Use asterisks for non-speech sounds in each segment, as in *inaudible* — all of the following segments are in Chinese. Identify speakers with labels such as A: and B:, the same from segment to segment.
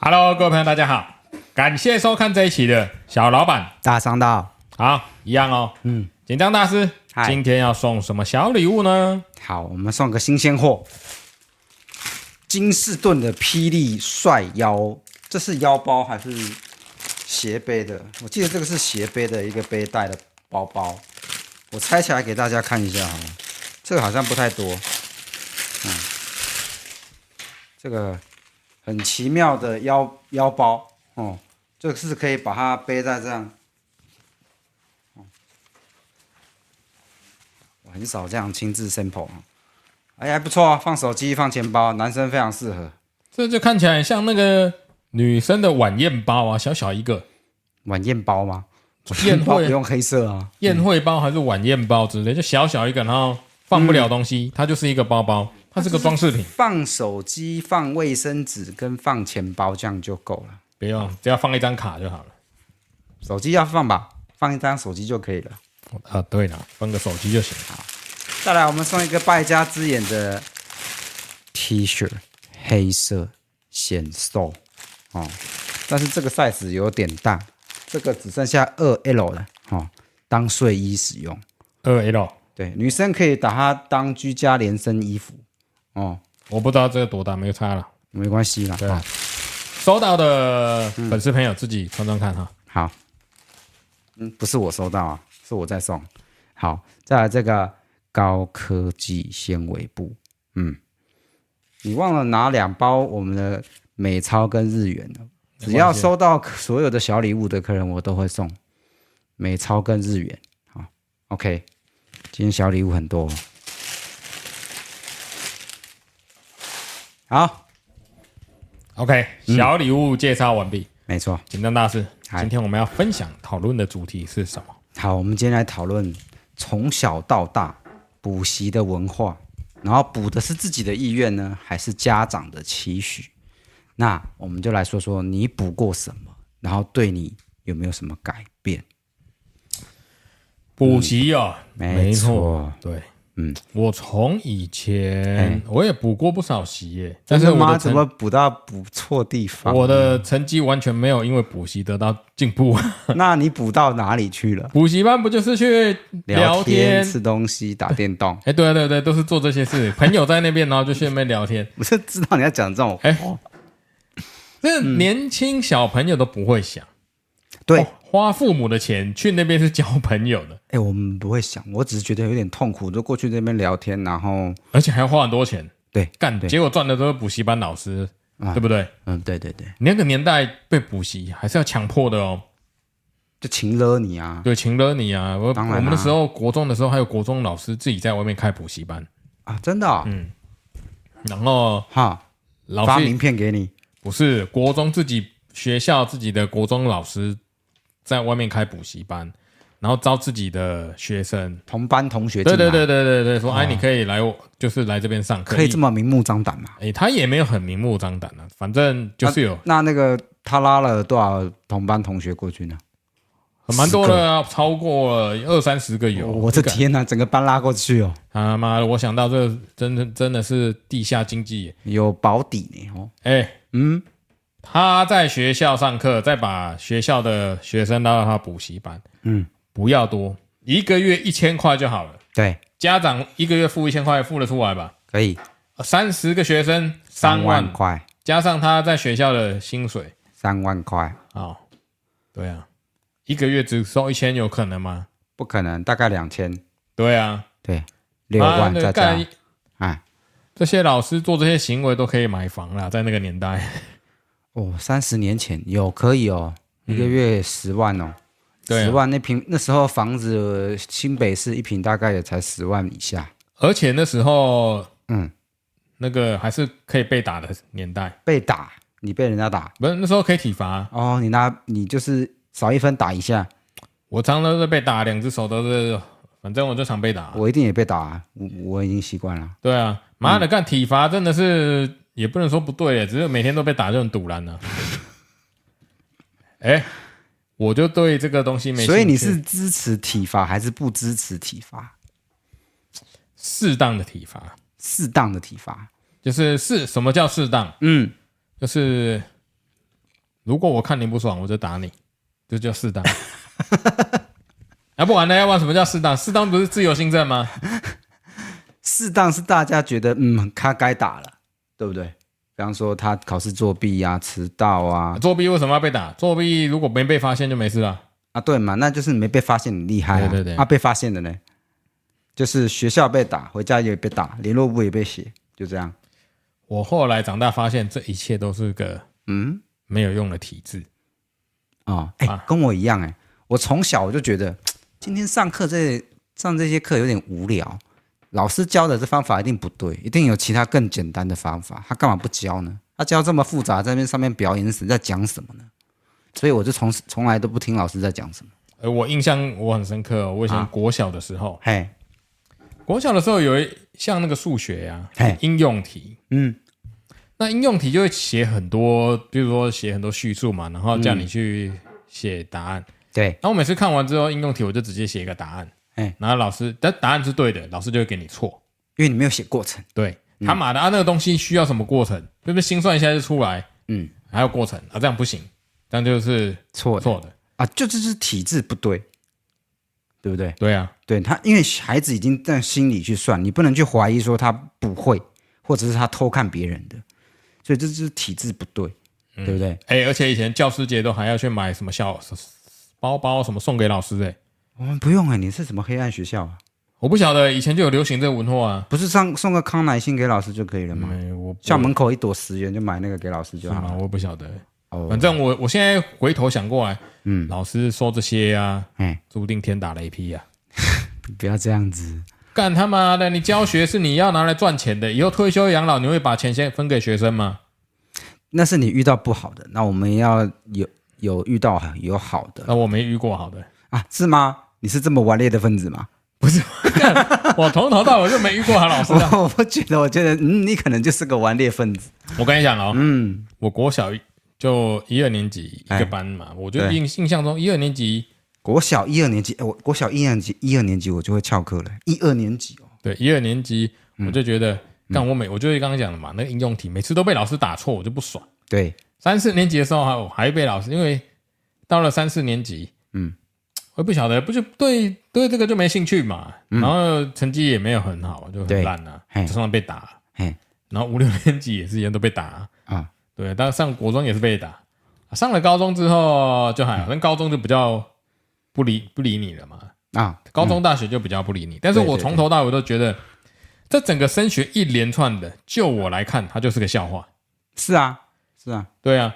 A: Hello，各位朋友，大家好，感谢收看这一期的小老板。
B: 大商道，
A: 好，一样哦。
B: 嗯，
A: 紧张大师，
B: 嗨
A: 今天要送什么小礼物呢？
B: 好，我们送个新鲜货，金士顿的霹雳帅腰，这是腰包还是斜背的？我记得这个是斜背的一个背带的包包，我拆起来给大家看一下好了，这个好像不太多，嗯，这个很奇妙的腰腰包哦，这个是可以把它背在这样，哦，我很少这样亲自 sample 啊，哎还不错啊，放手机放钱包，男生非常适合。
A: 这就看起来像那个女生的晚宴包啊，小小一个
B: 晚宴包吗？
A: 宴
B: *laughs* 包不
A: 会
B: 用黑色啊，
A: 宴会包还是晚宴包之类，就小小一个，然后放不了东
B: 嗯
A: 西，它就是一个包包，它是个装
B: *laughs*
A: 饰品，
B: 放手机、放卫生纸跟放钱包这样就够了。
A: 不用，只要放一张卡就好了。
B: 手机要放吧，放一张手机就可以了。
A: 啊，对了，放个手机就行。
B: 再来，我们送一个败家之眼的 T 恤，黑色显瘦哦，但是这个 size 有点大，这个只剩下二 L 了哦，当睡衣使用。
A: 二 L，
B: 对，女生可以把它当居家连身衣服哦，
A: 我不知道这个多大，没有差了。
B: 没关系啦。
A: 对
B: 哦
A: 收到的
B: 嗯
A: 粉丝朋友自己穿穿看哈。
B: 好，嗯，不是我收到啊，是我在送。好，再来这个高科技纤维布，嗯，你忘了拿两包我们的美钞跟日元了。只要收到所有的小礼物的客人，我都会送美钞跟日元。好，OK，今天小礼物很多、哦。好，
A: OK，小礼物介绍完毕。
B: 没错。
A: 紧张大师，
B: 嗯嗨
A: 今天我们要分享讨论的主题是什么？
B: 好，我们今天来讨论从小到大补习的文化，然后补的是自己的意愿呢，还是家长的期许？那我们就来说说你补过什么，然后对你有没有什么改变？
A: 补习哦，没
B: 嗯错，
A: 对，
B: 嗯，
A: 我从以前
B: 哎
A: 我也补过不少习耶，但是
B: 真的
A: 我
B: 吗？
A: 的
B: 怎
A: 成
B: 么补到补错地方？
A: 我的成绩完全没有因为补习得到进步。 *laughs*
B: 那你补到哪里去了？
A: 补习班不就是去聊
B: 天、
A: 天？，
B: 吃东西、打电动 *laughs*
A: 哎，对啊对啊对啊，都是做这些事。朋友在那边，然后就去那边聊天。
B: 我就知道你要讲这种。
A: 哎，这年轻小朋友都不会想，
B: 嗯对，
A: 哦花父母的钱去那边是交朋友的，
B: 哎，我们不会想，我只是觉得有点痛苦，就过去那边聊天，然后
A: 而且还要花很多钱
B: 对，
A: 干，结果赚的都是补习班老师，对不对？
B: 嗯，对对对，
A: 你那个年代被补习还是要强迫的哦，
B: 就情勒你啊。
A: 对，请了你啊！我我
B: 当然啊
A: 们那时候国中的时候，还有国中老师自己在外面开补习班，
B: 啊，真的、哦，
A: 嗯然后
B: 哈，
A: 老
B: 发
A: 师
B: 名片给你，
A: 不是国中自己学校自己的国中老师在外面开补习班，然后招自己的学生。
B: 同班同学进
A: 对
B: 来，啊
A: 对对对对对，说哎，你可以来我，就是来这边上课。
B: 可以这
A: 么，
B: 么明目张胆嘛？啊
A: 哎，他也没有很明目张胆啊，反正就是有
B: 那那个他拉了多少同班同学过去呢？
A: 很蛮多的啊，超过了二三十个有。
B: 我的
A: 这个
B: 天哪、整个班拉过去哦，
A: 他妈的，我想到这真的真的是地下经济耶。
B: 有保底呢哦。
A: 哎、嗯，他在学校上课，再把学校的学生拉到他补习班，
B: 嗯，
A: 不要多，一个月一千块就好了。
B: 对，
A: 家长一个月付一千块，付得出来吧？
B: 可以
A: 三十个学生三万，
B: 万块，
A: 加上他在学校的薪水
B: 三万块
A: 啊、哦对啊，一个月只收一千，有可能吗？
B: 不可能，大概两千，
A: 对啊，
B: 对，六万
A: 妈的
B: 再
A: 干
B: 加，哎，
A: 这些老师做这些行为都可以买房啦，在那个年代，
B: 哦，三十年前有可以哦，一个月十万哦。
A: 嗯对啊
B: 十万那平那时候房子，新北市一平大概也才十万以下，
A: 而且那时候
B: 嗯，
A: 那个还是可以被打的年代，
B: 被打，你被人家打，
A: 不是那时候可以体罚啊、
B: 哦，你拿你就是少一分打一下，
A: 我常常都是被打，两只手都是，反正我就常被打。
B: 我一定也被打、啊，我我已经习惯了。
A: 对啊，妈的，
B: 嗯
A: 干体罚真的是也不能说不对耶，只是每天都被打就很堵然啊 *laughs* 了、哎、我就对这个东西没兴趣。
B: 所以你是支持体罚还是不支持体罚？
A: 适当的体罚，
B: 适当的体罚，
A: 就是适什么叫适当？
B: 嗯，
A: 就是如果我看你不爽，我就打你，这
B: *laughs*
A: 叫适当。啊，不玩了，要玩什么叫适当？适当不是自由新政吗？
B: 适当是大家觉得嗯，他该打了，对不对？比方说他考试作弊啊、迟到啊，
A: 作弊为什么要被打？作弊如果没被发现就没事了。
B: 啊对嘛，那就是你没被发现，你厉害啊。
A: 对对对
B: 啊，被发现的呢，就是学校被打，回家也被打，联络部也被写，就这样。
A: 我后来长大发现，这一切都是个
B: 嗯，
A: 没有用的体制。
B: 哦，哎、
A: 啊
B: 跟我一样哎、我从小我就觉得今天上课这上这些课有点无聊，老师教的这方法一定不对，一定有其他更简单的方法，他干嘛不教呢？他教这么复杂，在那边上面表演死，在讲什么呢？所以我就从从来都不听老师在讲什么。
A: 而我印象我很深刻哦、我以
B: 啊
A: 前国小的时候，
B: 嘿，
A: 国小的时候有一像那个数学呀、
B: 嘿
A: 应用题，
B: 嗯，
A: 那应用题就会写很多，比如说写很多叙述嘛，然后叫你
B: 嗯
A: 去写答案。
B: 对，
A: 然后我每次看完之后，应用题我就直接写一个答案，
B: 哎
A: 然后老师，但答案是对的，老师就会给你错。
B: 因为你没有写过程，
A: 对，
B: 嗯
A: 他妈的啊，那个东西需要什么过程？对不对？心算一下就出来，
B: 嗯，
A: 还有过程啊，这样不行，这样就是
B: 错
A: 错的。
B: 啊，就这就是体制不对，对不对？
A: 对啊，
B: 对他，因为孩子已经在心里去算，你不能去怀疑说他不会，或者是他偷看别人的，所以这就是体制不对，对不对？
A: 哎，而且以前教师节都还要去买什么小包包什么送给老师，哎，
B: 我们不用哎、你是什么黑暗学校啊？
A: 我不晓得以前就有流行这个文化啊。
B: 不是上送个康乃馨给老师就可以了吗？
A: 哎，我不
B: 校门口一朵十元就买那个给老师就是好了。
A: 嗯吗？我也不晓得。
B: 哦，
A: 反正我我现在回头想过来，
B: 嗯，
A: 老师说这些啊，
B: 哎，
A: 注定天打雷劈啊！
B: 不要这样子，
A: 干他妈的！你教学是你要拿来赚钱的，以后退休养老，你会把钱先分给学生吗？
B: 那是你遇到不好的，那我们要有有遇到有好的
A: 那我没遇过好
B: *laughs*
A: 的，
B: 啊？是吗？你是这么顽劣的分子吗？
A: 我从头到尾就没遇过好老师
B: *laughs*
A: 啊！
B: 我我不觉得，我觉得嗯，你可能就是个顽劣分子。
A: 我跟你讲哦，
B: 嗯，
A: 我国小就一二年级一
B: 哎
A: 个班嘛，我就
B: 对
A: 印印象中一二年级
B: 国小一二年级，哎我国小一二年级，一二年级我就会翘课了。一二年级哦，
A: 对一二年级，
B: 嗯
A: 我就觉得干我每我就是刚刚讲的嘛，那个应用题每次都被老师打错，我就不爽。
B: 对，
A: 三四年级的时候还我还被老师，因为到了三四年级，
B: 嗯，
A: 我也不晓得，不就对对这个就没兴趣嘛，然后成绩也没有很好，就
B: 嗯
A: 很
B: 对
A: 烂啊，
B: 嘿
A: 就常常被打。
B: 嘿
A: 然后五六年级也是一样都被打、
B: 啊，
A: 对，但上国中也是被打、上了高中之后就
B: 嗯
A: 还好，但高中就比较不理不理你了嘛，
B: 啊，
A: 高中大学就比较不理你。但是
B: 对
A: 我
B: 嗯对
A: 从
B: 对
A: 头到尾都觉得，这整个升学一连串的，就我来看，它就是个笑话。
B: 是啊，是啊，
A: 对啊，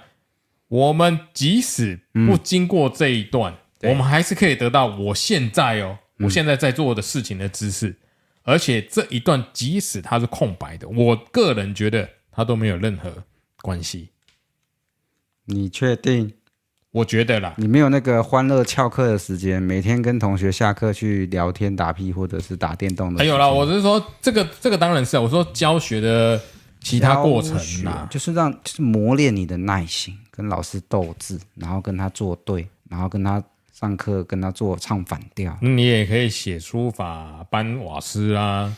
A: 我们即使不经过这一段，
B: 对
A: 我们还是可以得到我现在哦，我现在在做的事情的知识，而且这一段即使它是空白的，我个人觉得它都没有任何关系。
B: 你确定
A: 我觉得啦，
B: 你没有那个欢乐翘课的时间，每天跟同学下课去聊天打屁或者是打电动的
A: 还
B: 时间？
A: 有啦，我是说这个这个当然是啊，我说教学的其他过程啊啦，
B: 就是让就是磨练你的耐心，跟老师斗智，然后跟他作对，然后跟他上课跟他做唱反调。
A: 那你也可以写书法、搬瓦斯啊，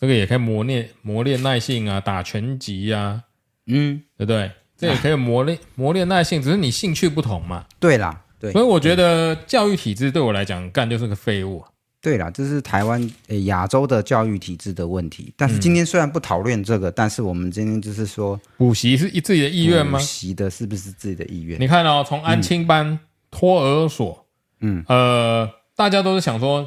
A: 这个也可以磨练磨练耐性啊，打拳击啊，
B: 嗯，
A: 对不对？这也可以磨练磨练耐性，只是你兴趣不同嘛。
B: 对啦，对
A: 所以我觉得教育体制对我来讲，干就是个废物啊。
B: 对啦，这是台湾呃亚洲的教育体制的问题。但是
A: 嗯
B: 今天虽然不讨论这个，但是我们今天就是说
A: 补习是自己的意愿
B: 补？
A: 吗
B: 习的是不是自己的意愿？
A: 你看哦，从安亲班、托儿所，
B: 嗯，
A: 呃，大家都是想说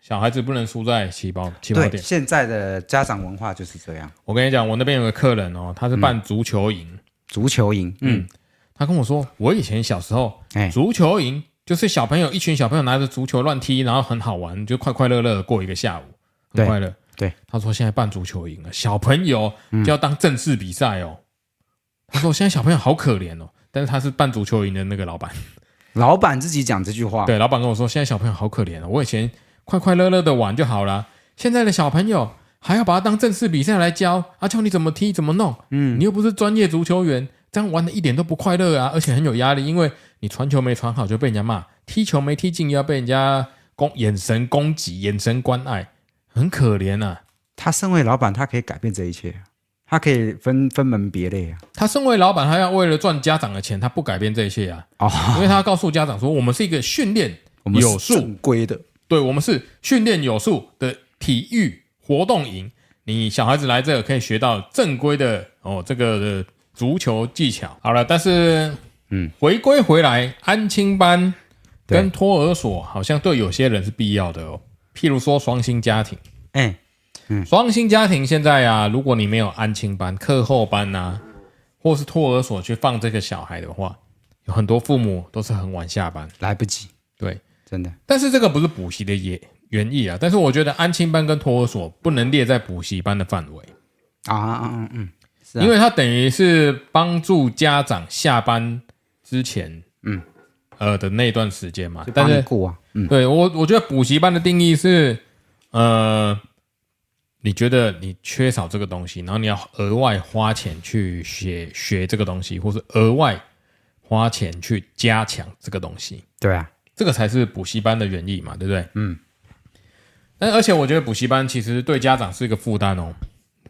A: 小孩子不能输在起跑起跑
B: 对，
A: 点。
B: 现在的家长文化就是这样。
A: 我跟你讲，我那边有个客人哦，他是
B: 嗯
A: 办足球营，
B: 足球营，嗯，
A: 他跟我说，我以前小时候
B: 哎，
A: 足球营就是小朋友一群小朋友拿着足球乱踢，然后很好玩，就快快乐乐地过一个下午，很
B: 对
A: 快乐。
B: 对，
A: 他说现在办足球营了，小朋友就要当正式比赛哦。他说现在小朋友好可怜哦，但是他是办足球营的那个老板，
B: 老板自己讲这句话，
A: 对，老板跟我说现在小朋友好可怜哦，我以前快快乐乐的玩就好了，现在的小朋友还要把它当正式比赛来教，啊，教你怎么踢怎么弄，嗯，你又不是专业足球员，这样玩的一点都不快乐啊，而且很有压力，因为你传球没传好就被人家骂，踢球没踢进又要被人家攻眼神攻击，眼神关爱，很可怜啊。
B: 他身为老板，他可以改变这一切，他它可以分分门别类啊。
A: 他身为老板，他要为了赚家长的钱，他不改变这些啊，
B: 哦，
A: 因为他要告诉家长说，我们是一个训练
B: 我们是
A: 有数
B: 正规的，
A: 对，我们是训练有素的体育活动营。你小孩子来这可以学到正规的哦，这个的足球技巧。好了，但是
B: 嗯，
A: 回归回来，安亲班
B: 对
A: 跟托儿所好像对有些人是必要的哦。譬如说双薪家庭，
B: 哎、
A: 双薪家庭现在啊，如果你没有安亲班、课后班呐、或是托儿所去放这个小孩的话，有很多父母都是很晚下班。
B: 来不及，
A: 对，
B: 真的。
A: 但是这个不是补习的也原意啊。但是我觉得安亲班跟托儿所不能列在补习班的范围，
B: 啊啊嗯嗯，是啊
A: 因为它等于是帮助家长下班之前，
B: 嗯，
A: 呃的那段时间嘛
B: 就。
A: 但
B: 帮你
A: 是
B: 顾啊，嗯，
A: 对我，我觉得补习班的定义是，呃，你觉得你缺少这个东西，然后你要额外花钱去学学这个东西，或是额外花钱去加强这个东西。
B: 对啊，
A: 这个才是补习班的原意嘛，对不对？
B: 嗯。
A: 但而且我觉得补习班其实对家长是一个负担哦。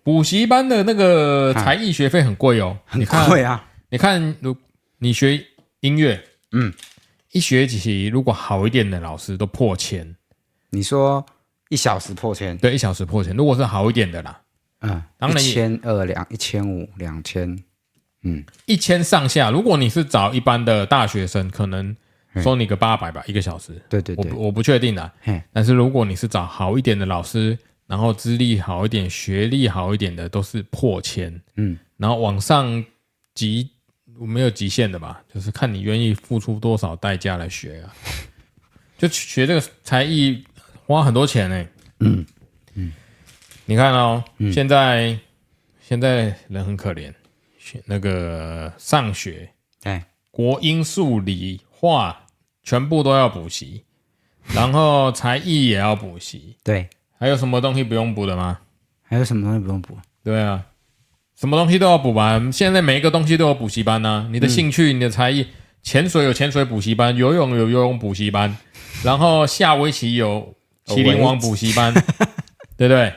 A: 补习班的那个才艺学费很贵哦，
B: 啊很 *laughs*
A: 你看，
B: 贵啊，
A: 你看，如你学音乐，
B: 嗯，
A: 一学期如果好一点的老师都破千，
B: 你说一小时破千，
A: 对，一小时破千，如果是好一点的啦，
B: 嗯，
A: 当然
B: 一
A: 也
B: 千二两，一千五两千，
A: 一千上下。如果你是找一般的大学生，可能收你个八百吧，一个小时。
B: 对对
A: 我
B: 对，
A: 不我不确定啊
B: 嘿，
A: 但是如果你是找好一点的老师，然后资历好一点、学历好一点的，都是破千，
B: 嗯，
A: 然后往上极没有极限的吧，就是看你愿意付出多少代价来学啊。 *laughs* 就学这个才艺花很多钱呢、嗯嗯，你看哦，
B: 嗯
A: 现在现在人很可怜，学那个上学
B: 哎，
A: 国英数理化全部都要补习，然后才艺也要补习，
B: 对，
A: 还有什么东西不用补的吗？
B: 还有什么东西不用补？
A: 对啊，什么东西都要补吧。现在每一个东西都有补习班呢、你的兴趣、你的才艺，潜水有潜水补习班，游泳有游泳补
B: *laughs*
A: 习班，然后下围棋有麒麟王补习
B: 哦
A: 班， *laughs* 对不对？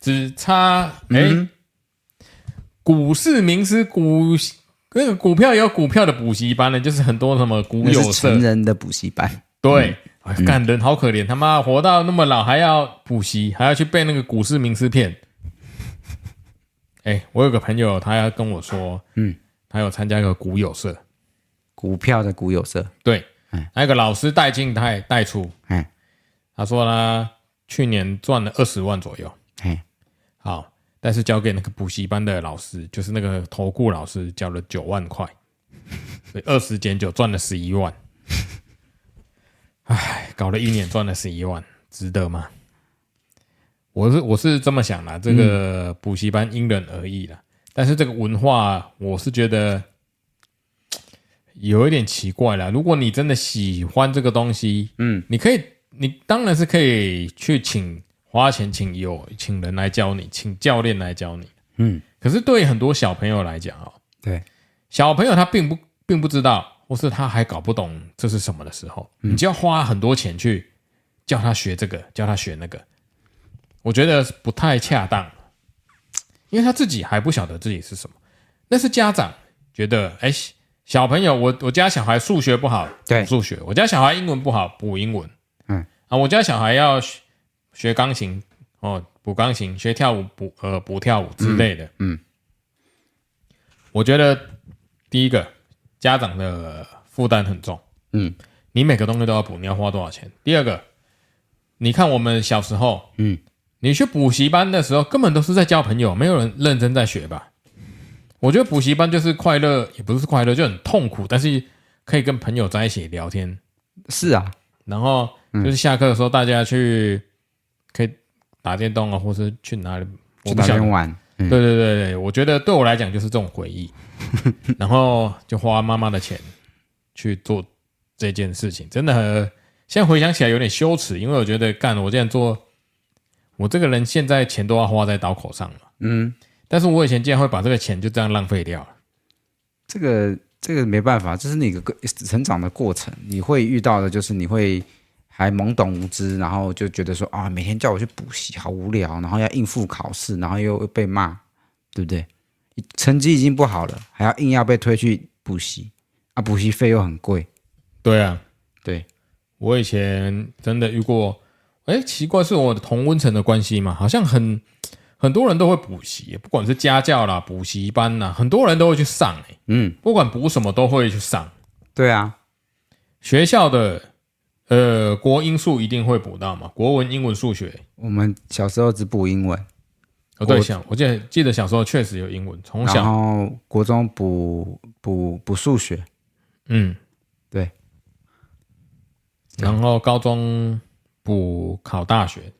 A: 只差哎、
B: 嗯
A: 股市名师股那个股票也有股票的补习班呢，就是很多什么股
B: 那
A: 有
B: 是
A: 社
B: 成人的补习班，嗯
A: 对，哎干、人好可怜，他妈活到那么老还要补习，还要去背那个股市名师骗。哎、我有个朋友，他要跟我说，
B: 嗯，
A: 他有参加一个股友社，
B: 股票的股有社，
A: 对，
B: 哎
A: 那个老师带进带带出，
B: 哎
A: 他说呢，去年赚了二十万左右，
B: 哎，
A: 好，但是交给那个补习班的老师，就是那个投顾老师，交了九万块，所以二十减九赚了十一万。唉，搞了一年赚了十一万，值得吗？我是我是这么想啦，这个补习班因人而异啦，但是这个文化我是觉得嘖有一点奇怪啦。如果你真的喜欢这个东西，
B: 嗯，
A: 你可以，你当然是可以去请花钱请有请人来教你，请教练来教你。
B: 嗯，
A: 可是对很多小朋友来讲哦，
B: 对，
A: 小朋友他并不并不知道，或是他还搞不懂这是什么的时候，你就要花很多钱去叫他学这个，叫他学那个，我觉得不太恰当，因为他自己还不晓得自己是什么，那是家长觉得，哎、小朋友，我我家小孩数学不好，
B: 对
A: 数学；我家小孩英文不好，补英文。
B: 嗯
A: 啊，我家小孩要学学钢琴，哦，补钢琴；学跳舞，补呃补跳舞之类的。
B: 嗯
A: 我觉得第一个家长的负担很重，
B: 嗯，
A: 你每个东西都要补，你要花多少钱？第二个，你看我们小时候，
B: 嗯，
A: 你去补习班的时候，根本都是在交朋友，没有人认真在学吧？我觉得补习班就是快乐，也不是快乐，就很痛苦，但是可以跟朋友在一起聊天，
B: 是啊，
A: 然后就是下课的时候大家去可以打电动啊，或是去哪里，我
B: 去
A: 不
B: 那
A: 想
B: 边玩，嗯，
A: 对对对对，我觉得对我来讲就是这种
B: *laughs*
A: 回忆，然后就花妈妈的钱去做这件事情，真的很现在回想起来有点羞耻，因为我觉得干我这样做，我这个人现在钱都要花在刀口上了，
B: 嗯，
A: 但是我以前竟然会把这个钱就这样浪费掉了。
B: 这个这个没办法，这是你个个成长的过程，你会遇到的就是你会还懵懂无知，然后就觉得说啊，每天叫我去补习好无聊，然后要应付考试，然后又被骂，对不对？成绩已经不好了，还要硬要被推去补习啊，补习费又很贵。
A: 对啊，
B: 对
A: 我以前真的遇过，哎，奇怪，是我的同温层的关系嘛？好像很很多人都会补习，不管是家教啦、补习班啦，很多人都会去上、欸，
B: 嗯，
A: 不管补什么都会去上。
B: 对啊，
A: 学校的呃国英数一定会补到嘛，国文、英文、数学。
B: 我们小时候只补英文，
A: 哦，对，
B: 我
A: 想我记得记得小时候确实有英文，从
B: 然
A: 小
B: 后国中补补补数学，
A: 嗯
B: 对，
A: 然后高中补考大学，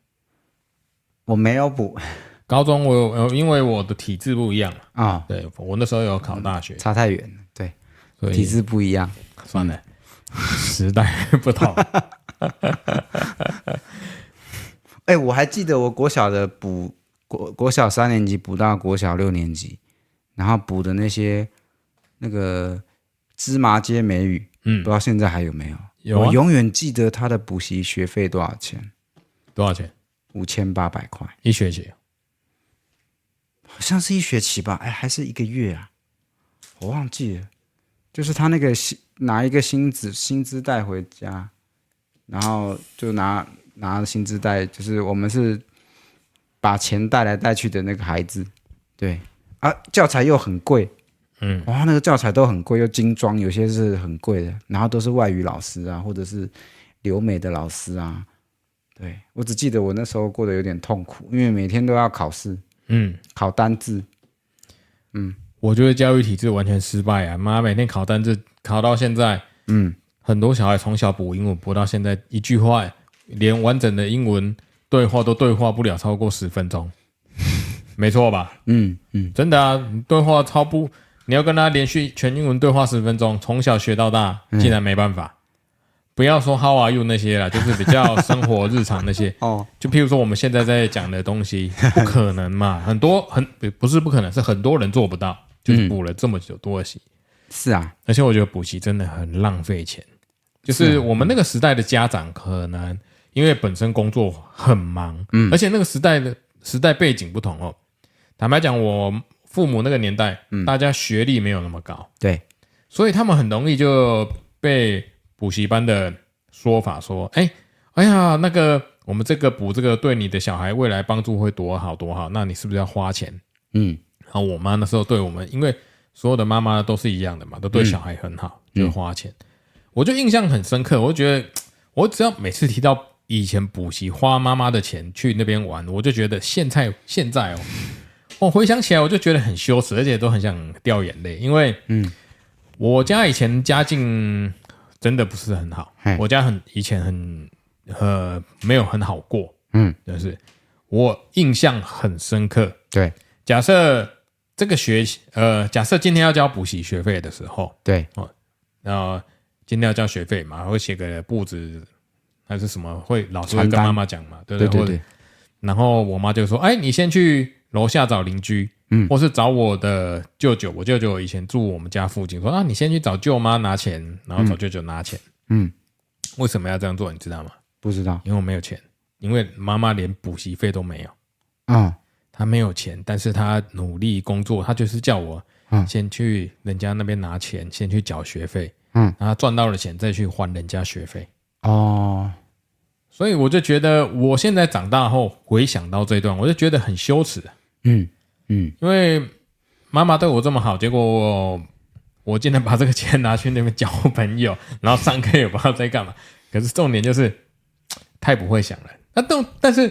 B: 我没有 *laughs* 补
A: 高中我有呃因为我的体质不一样嘛，
B: 啊、
A: 对我那时候有考大学，
B: 差太远了。对，
A: 所
B: 体
A: 以
B: 质不一样。
A: 算了，时代不同，
B: 哎、我还记得我国小的补国国小三年级补到国小六年级，然后补的那些那个芝麻街美语，不
A: 嗯
B: 知，道现在还有没有？
A: 有啊
B: 我永远记得他的补习学费多少钱，
A: 多少钱
B: 五千八百块，
A: 一学期？
B: 好像是一学期吧？哎，还是一个月啊？我忘记了，就是他那个薪拿一个薪资薪资带回家，然后就拿拿薪资带，就是我们是把钱带来带去的那个孩子，对啊，教材又很贵，
A: 嗯，
B: 哇，那个教材都很贵，又精装，有些是很贵的，然后都是外语老师啊，或者是留美的老师啊。对我只记得我那时候过得有点痛苦，因为每天都要考试，
A: 嗯，
B: 考单字，
A: 我觉得教育体制完全失败啊！妈，每天考单字考到现在，
B: 嗯，
A: 很多小孩从小补英文补到现在，一句话连完整的英文对话都对话不了超过十分钟，没错吧？
B: 嗯嗯，
A: 真的啊，你对话超不，你要跟他连续全英文对话十分钟，从小学到大，
B: 嗯
A: 竟然没办法。不要说 How are you 那些
B: *laughs*
A: 了，就是比较生活日常那些。
B: 哦，
A: 就譬如说我们现在在讲的东西，不可能嘛，很多很不不是不可能，是很多人做不到，
B: 嗯
A: 就是补了这么久多的习，
B: 是啊，
A: 而且我觉得补习真的很浪费钱，就是啊我们那个时代的家长可能因为本身工作很忙，嗯，而且那个时代的时代背景不同哦。坦白讲，我父母那个年代，大家学历没有那么高，
B: 对，
A: 所以他们很容易就被补习班的说法说，哎，哎呀，那个我们这个补这个对你的小孩未来帮助会多好多好，那你是不是要花钱？
B: 嗯
A: 然后我妈那时候对我们，因为所有的妈妈都是一样的嘛，都对小孩很好，
B: 嗯
A: 就花钱。我就印象很深刻，我就觉得我只要每次提到以前补习花妈妈的钱去那边玩，我就觉得现在现
B: *laughs*
A: 在哦，我回想起来我就觉得很羞耻，而且都很想掉眼泪，因为嗯，我家以前家境真的不是很好
B: 嘿，
A: 我家很以前很呃没有很好过，
B: 嗯，
A: 就是我印象很深刻，
B: 对
A: 假设这个学习，呃，假设今天要交补习学费的时候，
B: 对，
A: 那、今天要交学费嘛，会写个簿子还是什么，会老师会
B: 传
A: 跟
B: 单
A: 妈妈讲嘛，对不
B: 对对
A: 或者
B: 对，
A: 然后我妈就说：“哎，你先去楼下找邻居，
B: 嗯
A: 或是找我的舅舅。我舅舅以前住我们家附近，说啊，你先去找舅妈拿钱，然后找舅舅拿钱。
B: 嗯，
A: 为什么要这样做？你知道吗？
B: 不知道，
A: 因为我没有钱，因为妈妈连补习费都没有。”
B: 嗯
A: 他没有钱，但是他努力工作，他就是叫我
B: 嗯
A: 先去人家那边拿钱，先去缴学费，
B: 嗯
A: 然后赚到了钱再去还人家学费。
B: 哦，
A: 所以我就觉得，我现在长大后回想到这段，我就觉得很羞耻，
B: 嗯嗯，
A: 因为妈妈对我这么好，结果我我竟然把这个钱拿去那边交朋友，然后上课也不知道在干嘛。可是重点就是嘖太不会想了。那但但是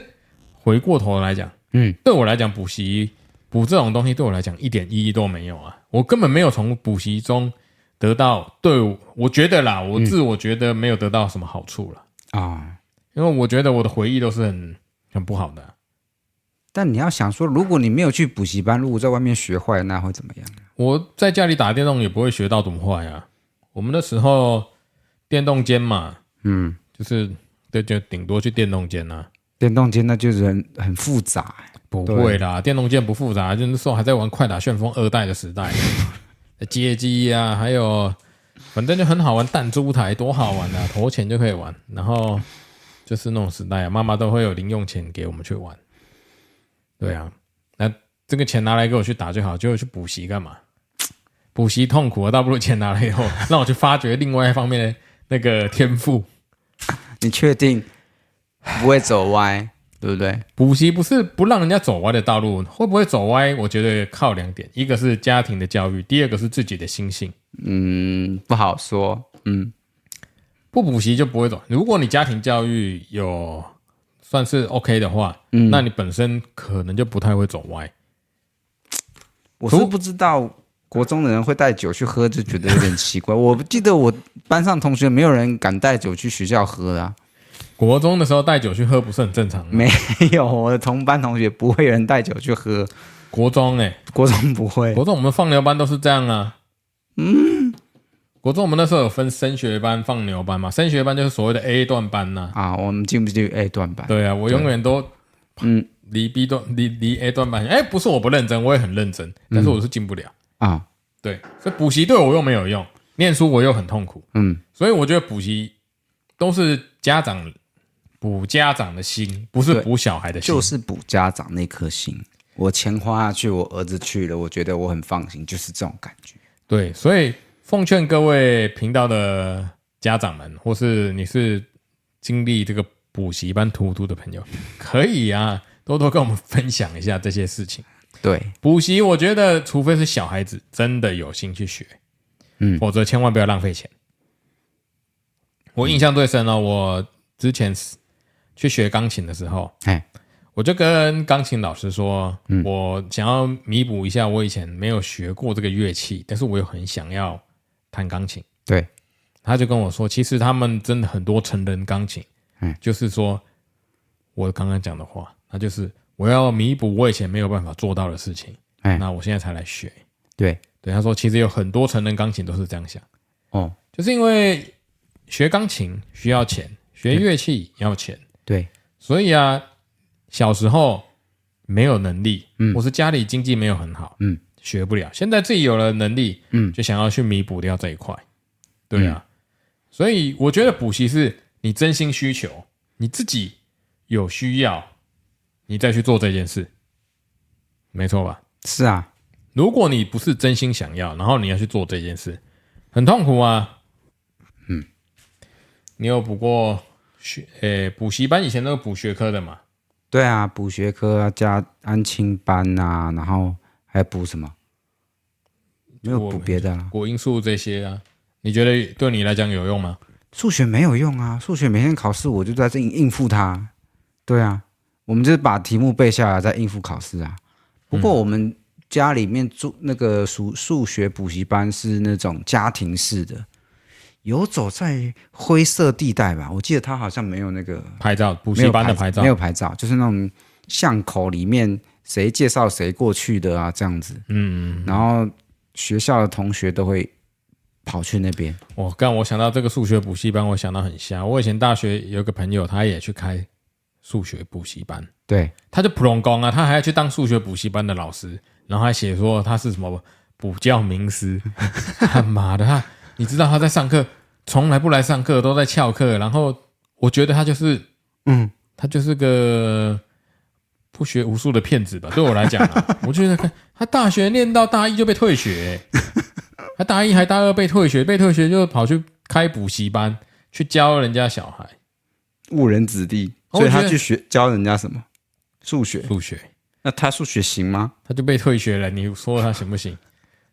A: 回过头来讲，
B: 嗯，
A: 对我来讲，补习补这种东西对我来讲一点意义都没有啊，我根本没有从补习中得到对我我觉得啦，我自我觉得没有得到什么好处了，
B: 啊、
A: 因为我觉得我的回忆都是很很不好的啊、
B: 但你要想说，如果你没有去补习班，如果在外面学坏，那会怎么样？
A: 我在家里打电动也不会学到怎么坏啊。我们那时候电动间嘛，
B: 嗯，
A: 就是对，就顶多去电动间啊，
B: 电动间那就是很很复杂，
A: 不会啦，电动间不复杂，就那时候还在玩快打旋风二代的时代，街机啊，还有反正就很好玩，弹珠台多好玩啊，投钱就可以玩，然后就是那种时代啊，妈妈都会有零用钱给我们去玩，对啊，那这个钱拿来给我去打就好，结果去补习干嘛？补习痛苦啊，倒不如钱拿来以后， *laughs* 让我去发掘另外一方面的那个天赋。
B: 你确定不会走歪， *laughs* 对不对？
A: 补习不是不让人家走歪的道路，会不会走歪？我觉得靠两点，一个是家庭的教育，第二个是自己的心性。
B: 嗯，不好说。嗯，
A: 不补习就不会走。如果你家庭教育有算是 OK 的话，那你本身可能就不太会走歪。
B: 我是不知道国中的人会带酒去喝，就觉得有点奇怪。我记得我班上同学没有人敢带酒去学校喝的、啊，
A: 国中的时候带酒去喝不是很正常吗？
B: 没 *laughs* 有我的同班同学不会有人带酒去喝， *laughs*
A: 国中哎、
B: 国中不会。
A: 国中我们放牛班都是这样啊。嗯，国中我们那时候有分升学班、放牛班嘛，升学班就是所谓的 A 段班呐、
B: 啊，我们进不进 A 段班？
A: 对啊，我永远都
B: 嗯
A: 离 B 段离离 A 段班，哎，不是我不认真，我也很认真，但是我是进不了。
B: 啊，
A: 对，所以补习对我又没有用，念书我又很痛苦，
B: 嗯，
A: 所以我觉得补习都是家长补家长的心，不是
B: 对
A: 补小孩的心。
B: 就是补家长那颗心。我钱花下去，我儿子去了，我觉得我很放心，就是这种感觉。
A: 对，所以奉劝各位频道的家长们，或是你是经历这个补习班荼毒的朋友，可以啊，多多跟我们分享一下这些事情。
B: 对，
A: 补习，我觉得除非是小孩子真的有心去学，
B: 嗯
A: 否则千万不要浪费钱。我印象最深了，我之前是去学钢琴的时候，
B: 哎，
A: 我就跟钢琴老师说，我想要弥补一下我以前没有学过这个乐器，但是我又很想要弹钢琴。
B: 对，
A: 他就跟我说，其实他们真的很多成人钢琴，
B: 嗯
A: 就是说我刚刚讲的话，那就是我要弥补我以前没有办法做到的事情，
B: 哎
A: 那我现在才来学。
B: 对，
A: 对，他说其实有很多成人钢琴都是这样想，
B: 哦，
A: 就是因为学钢琴需要钱，学乐器要钱，
B: 对，
A: 所以啊，小时候没有能力，嗯，或是家里经济没有很好，
B: 嗯，
A: 学不了。现在自己有了能力，
B: 嗯
A: 就想要去弥补掉这一块，对啊。所以我觉得补习是你真心需求，你自己有需要，你再去做这件事，没错吧？
B: 是啊，
A: 如果你不是真心想要，然后你要去做这件事，很痛苦啊。嗯，你有补过学？诶、补习班以前都是补学科的嘛？
B: 对啊，补学科啊，加安亲班啊，然后还补什么？没有补别的啊啦、
A: 果因素这些啊，你觉得对你来讲有用吗？
B: 数学没有用啊，数学每天考试我就在这应应付它。对啊，我们就是把题目背下来再应付考试啊。不过我们家里面住那个数数学补习班是那种家庭式的，游走在灰色地带吧。我记得他好像没有那个
A: 拍照，补
B: 没
A: 习
B: 有
A: 班的拍照
B: 没有牌照，就是那种巷口里面谁介绍谁过去的啊，这样子。嗯，然后学校的同学都会跑去那边。
A: 我刚我想到这个数学补习班，我想到很瞎。我以前大学有一个朋友，他也去开数学补习班，
B: 对，
A: 他就普通工啊，他还要去当数学补习班的老师，然后还写说他是什么补教名师， *laughs* 他妈的，他你知道他在上课从来不来上课，都在翘课。然后我觉得他就是，
B: 嗯，
A: 他就是个不学无术的骗子吧。对我来讲、啊， *laughs* 我觉得他他大学念到大一就被退学、欸他大一还大二被退学，被退学就跑去开补习班去教人家小孩
B: 误人子弟，
A: 哦
B: 所以
A: 我觉
B: 他
A: 得
B: 去学教人家什么数学？
A: 数学。
B: 那他数学行吗？
A: 他就被退学了。你说他行不行？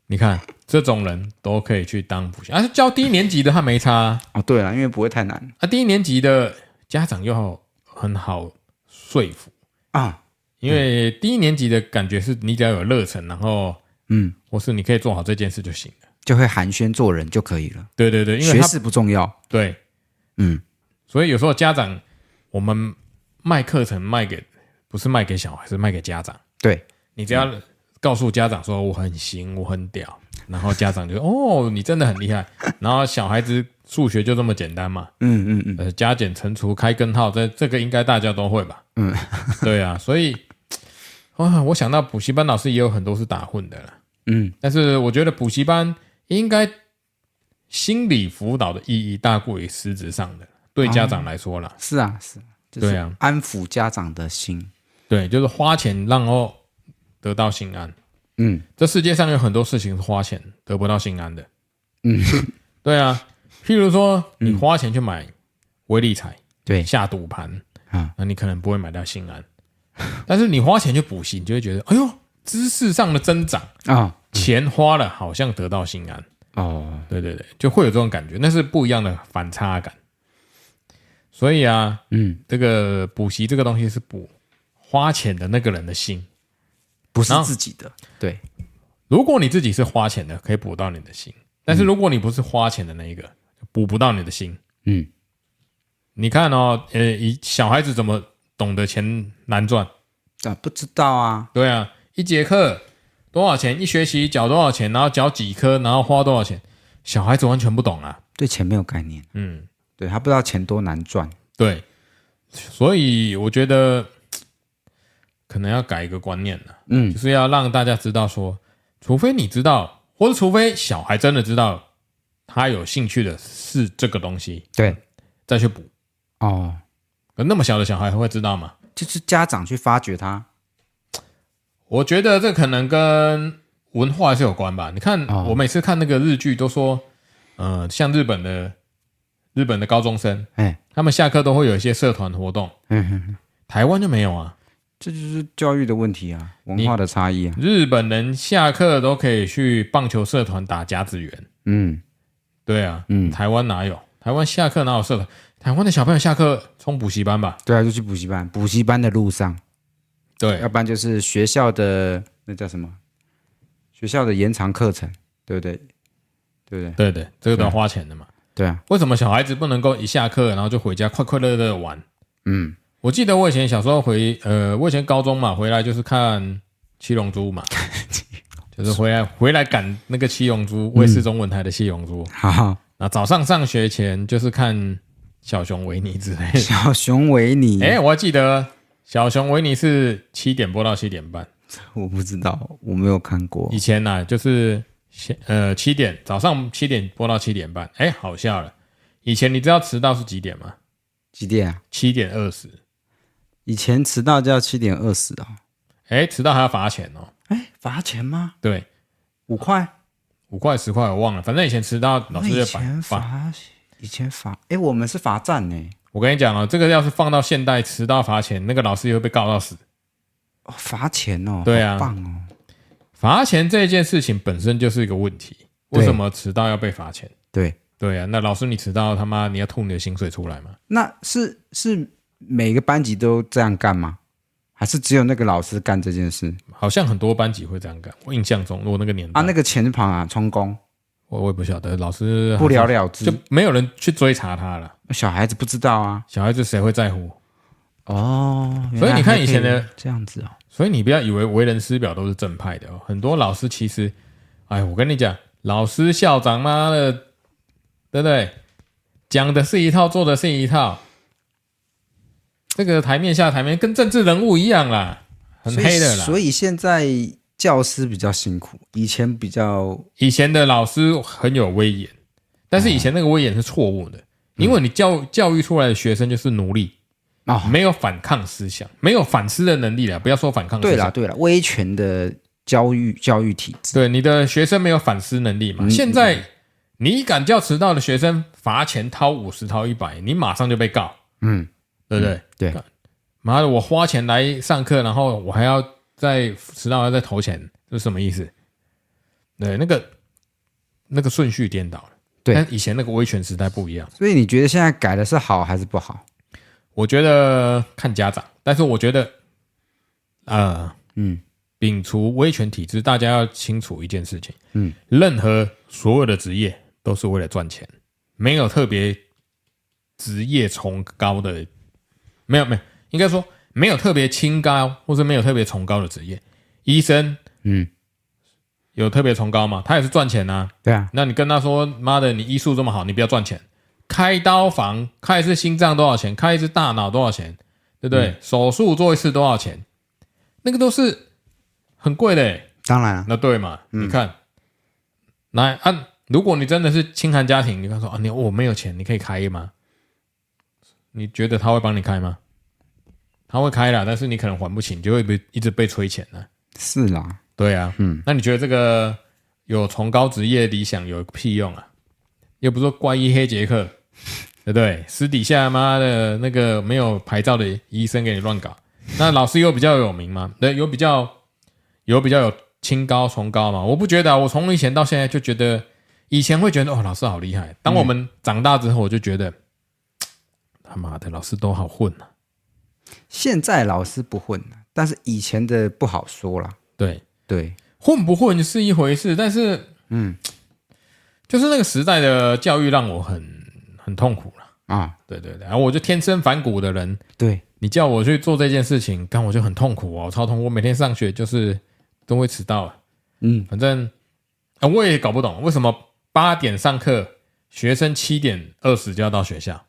A: 你看这种人都可以去当补习，啊，教低年级的他没差啊，
B: 哦，对了，因为不会太难
A: 啊低年级的家长又好很好说服，
B: 啊。
A: 因为低年级的感觉是你只要有热忱，然后
B: 嗯，
A: 或是你可以做好这件事就行了。
B: 就会寒暄做人就可以了，
A: 对对对，因为
B: 学
A: 他
B: 识不重要。
A: 对，
B: 嗯，
A: 所以有时候家长我们卖课程卖给不是卖给小孩，是卖给家长。
B: 对，
A: 你只要
B: 嗯
A: 告诉家长说我很行，我很屌，然后家长就 *laughs* 哦，你真的很厉害。然后小孩子数学就这么简单嘛，
B: 嗯嗯嗯，
A: 呃，加减乘除、开根号，这这个应该大家都会吧？嗯，对啊，所以啊，我想到补习班老师也有很多是打混的啦。
B: 嗯，
A: 但是我觉得补习班应该心理辅导的意义大过于实质上的，对家长来说啦。
B: 是嗯啊是啊，就是
A: 对啊
B: 安抚家长的心。
A: 对，就是花钱然后哦得到心安。
B: 嗯，
A: 这世界上有很多事情是花钱得不到心安的。嗯， *laughs* 对啊，譬如说
B: 嗯
A: 你花钱去买微理财，
B: 对
A: 下赌盘
B: 啊，
A: 那你可能不会买到心安。 *laughs* 但是你花钱去补习，你就会觉得，哎呦，知识上的增长，
B: 啊
A: 钱花了好像得到心安。
B: 哦，
A: 对对对，就会有这种感觉，那是不一样的反差感。所以啊，
B: 嗯，
A: 这个补习这个东西是补花钱的那个人的心。
B: 不是
A: 然后
B: 自己的，哦对，
A: 如果你自己是花钱的，可以补到你的心；但是如果你不是花钱的那一个，补不到你的心。
B: 嗯，
A: 你看哦，呃，以小孩子怎么懂得钱难赚？
B: 啊，不知道啊，
A: 对啊，一节课多少钱？一学期缴多少钱？然后缴几科？然后花多少钱？小孩子完全不懂啊。
B: 对钱没有概念，
A: 嗯，
B: 对他不知道钱多难赚，
A: 对，所以我觉得可能要改一个观念了，
B: 嗯
A: 就是要让大家知道说，除非你知道，或者除非小孩真的知道他有兴趣的是这个东西，
B: 对，
A: 再去补。
B: 哦，
A: 可那么小的小孩会知道吗？
B: 就是家长去发掘他，
A: 我觉得这可能跟文化还是有关吧。你看，
B: 哦
A: 我每次看那个日剧，都说，嗯、像日本的日本的高中生，
B: 哎，
A: 他们下课都会有一些社团活动，
B: 嗯哼哼，
A: 台湾就没有啊。
B: 这就是教育的问题啊，文化的差异啊，
A: 日本人下课都可以去棒球社团打甲子园，
B: 嗯
A: 对啊，
B: 嗯，
A: 台湾哪有？台湾下课哪有社团？台湾的小朋友下课冲补习班吧？
B: 对啊，就去补习班，补习班的路上，
A: 对
B: 要不然就是学校的那叫什么？学校的延长课程，对不对？对不对？
A: 对对，这个都要花钱的嘛。
B: 对啊， *laughs*
A: 为什么小孩子不能够一下课然后就回家快快乐乐的玩？
B: 嗯，
A: 我记得我以前小时候回呃，我以前高中嘛，回来就是看《七龙珠》嘛，就是回来回来赶那个《七龙珠》卫视中文台的《七龙珠》
B: 好，
A: 那早上上学前就是看小熊维尼之类的。
B: 小熊维尼，
A: 哎、我还记得小熊维尼是七点播到七点半。
B: 我不知道，我没有看过
A: 以，前呢、就是先呃七点早上七点播到七点半。哎、好笑了。以前你知道迟到是几点吗？
B: 几点啊？
A: 七点二十。
B: 以前迟到就要七点二十啊，
A: 哎，迟到还要罚钱哦。
B: 哎，罚钱吗？
A: 对，
B: 五块？
A: 五块十块我忘了，反正以前迟到
B: 那
A: 老师
B: 以
A: 就
B: 前
A: 罚。
B: 罚，以前罚，哎，我们是罚站呢，
A: 我跟你讲哦，这个要是放到现代，迟到罚钱，那个老师也会被告到死。
B: 哦，罚钱哦，
A: 对啊
B: 好棒哦，
A: 罚钱这件事情本身就是一个问题，为
B: 对
A: 什么迟到要被罚钱？
B: 对，
A: 对啊，那老师你迟到他妈你要吐你的薪水出来吗？
B: 那是是每个班级都这样干吗？还是只有那个老师干这件事
A: 好像很多班级会这样干。我印象中，我那个年代，
B: 啊？那个前旁啊，充公
A: 我我也不晓得，老师
B: 不了
A: 好像
B: 了之
A: 就，没有人去追查他了。
B: 小孩子不知道啊。
A: 小孩子谁会在乎？
B: 哦，
A: 所以你看以前的
B: 这样子哦，
A: 所以你不要以为为人师表都是正派的哦，很多老师其实，哎，我跟你讲，老师、校长，妈的，对不对？讲的是一套，做的是一套，这个台面下台面跟政治人物一样啦，很黑的
B: 所
A: 啦。
B: 以所以现在教师比较辛苦，以前比较
A: 以前的老师很有威严，但是以前那个威严是错误的，
B: 嗯
A: 因为你教教育出来的学生就是奴隶，
B: 哦，
A: 没有反抗思想，没有反思的能力了。不要说反抗
B: *laughs*
A: 思
B: 对
A: 想，
B: 啦对啦，威权的教育教育体制，
A: 对你的学生没有反思能力嘛。
B: 嗯
A: 现在你敢叫迟到的学生罚钱掏五十掏一百，你马上就被告，
B: 嗯，
A: 对不对？
B: 对，
A: 妈的，我花钱来上课，然后我还要再迟到，还要再投钱，这是什么意思？对，那个那个顺序颠倒了。
B: 对
A: 但以前那个威权时代不一样。
B: 所以你觉得现在改的是好还是不好？
A: 我觉得看家长，但是我觉得，呃，
B: 嗯，
A: 摒除威权体制，大家要清楚一件事情，
B: 嗯，
A: 任何所有的职业都是为了赚钱，没有特别职业崇高的，没有没有，应该说没有特别清高或是没有特别崇高的职业。医生
B: 嗯，
A: 有特别崇高吗？他也是赚钱呐、
B: 对啊，
A: 那你跟他说，妈的，你医术这么好，你不要赚钱。开刀房开一次心脏多少钱？开一次大脑多少钱？对不对？手术做一次多少钱？那个都是很贵的欸、
B: 当然啊，
A: 那对嘛？你看，来啊，如果你真的是清寒家庭，你跟他说啊，你我没有钱，你可以开吗？你觉得他会帮你开吗？他会开啦，但是你可能还不起，你就会被一直被催钱呢、
B: 是啦，
A: 对啊，
B: 嗯，
A: 那你觉得这个有崇高职业理想有屁用啊？又不是说怪医黑杰克， *laughs* 对不对？私底下妈的那个没有牌照的医生给你乱搞，那老师有比较有名吗？对，有比较有比较有清高崇高嘛？我不觉得啊、我从以前到现在就觉得，以前会觉得哦，老师好厉害。当我们长大之后，我就觉得、嘖他妈的老师都好混啊。
B: 现在老师不混了，但是以前的不好说啦。
A: 对，
B: 对，
A: 混不混是一回事，但是，嗯，就是那个时代的教育让我很很痛苦了。
B: 啊，
A: 对对对，然后我就天生反骨的人，
B: 对，
A: 你叫我去做这件事情，干我就很痛苦哦，超痛苦。我每天上学就是都会迟到啊，
B: 嗯，
A: 反正、啊我也搞不懂为什么八点上课，学生七点二十就要到学校。